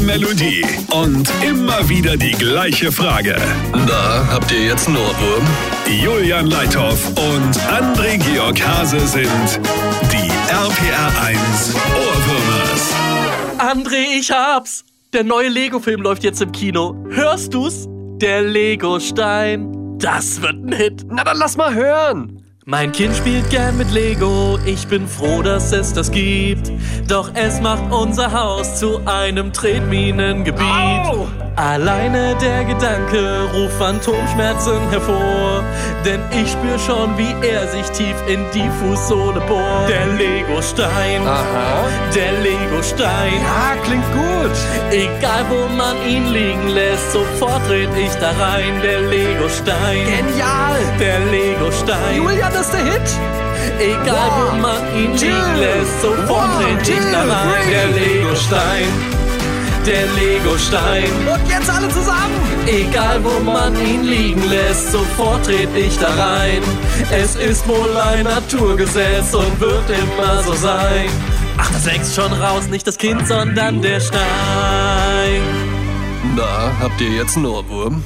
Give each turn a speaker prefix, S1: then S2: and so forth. S1: Melodie und immer wieder die gleiche Frage.
S2: Na, habt ihr jetzt einen Ohrwurm?
S1: Julian Leithoff und André Georg Hase sind die RPR 1 Ohrwürmers.
S3: André, ich hab's! Der neue Lego-Film läuft jetzt im Kino. Hörst du's? Der Lego-Stein. Das wird ein Hit.
S2: Na, dann lass mal hören.
S3: Mein Kind spielt gern mit Lego, ich bin froh, dass es das gibt. Doch es macht unser Haus zu einem Tretminengebiet.
S2: Au!
S3: Alleine der Gedanke ruft Phantomschmerzen hervor. Denn ich spür schon, wie er sich tief in die Fußsohle bohrt. Der Lego-Stein,
S2: Ah. Aha.
S3: der Lego-Stein.
S2: Ja, Ah, klingt gut.
S3: Egal wo man ihn liegen lässt, sofort red ich da rein. Der Lego-Stein,
S2: Genial.
S3: der Lego-Stein.
S2: Julian, das ist der Hit.
S3: Egal wo
S2: One,
S3: man ihn
S2: two,
S3: liegen lässt, sofort
S2: one,
S3: red ich
S2: two,
S3: da rein.
S2: three.
S3: Der Lego-Stein, der Lego-Stein.
S2: Und jetzt alle zusammen.
S3: Egal wo man ihn liegen lässt, sofort red ich da rein. Es ist wohl ein Naturgesetz und wird immer so sein. Ach, das wächst schon raus, nicht das Kind, sondern der Stein.
S2: Na, habt ihr jetzt einen Ohrwurm?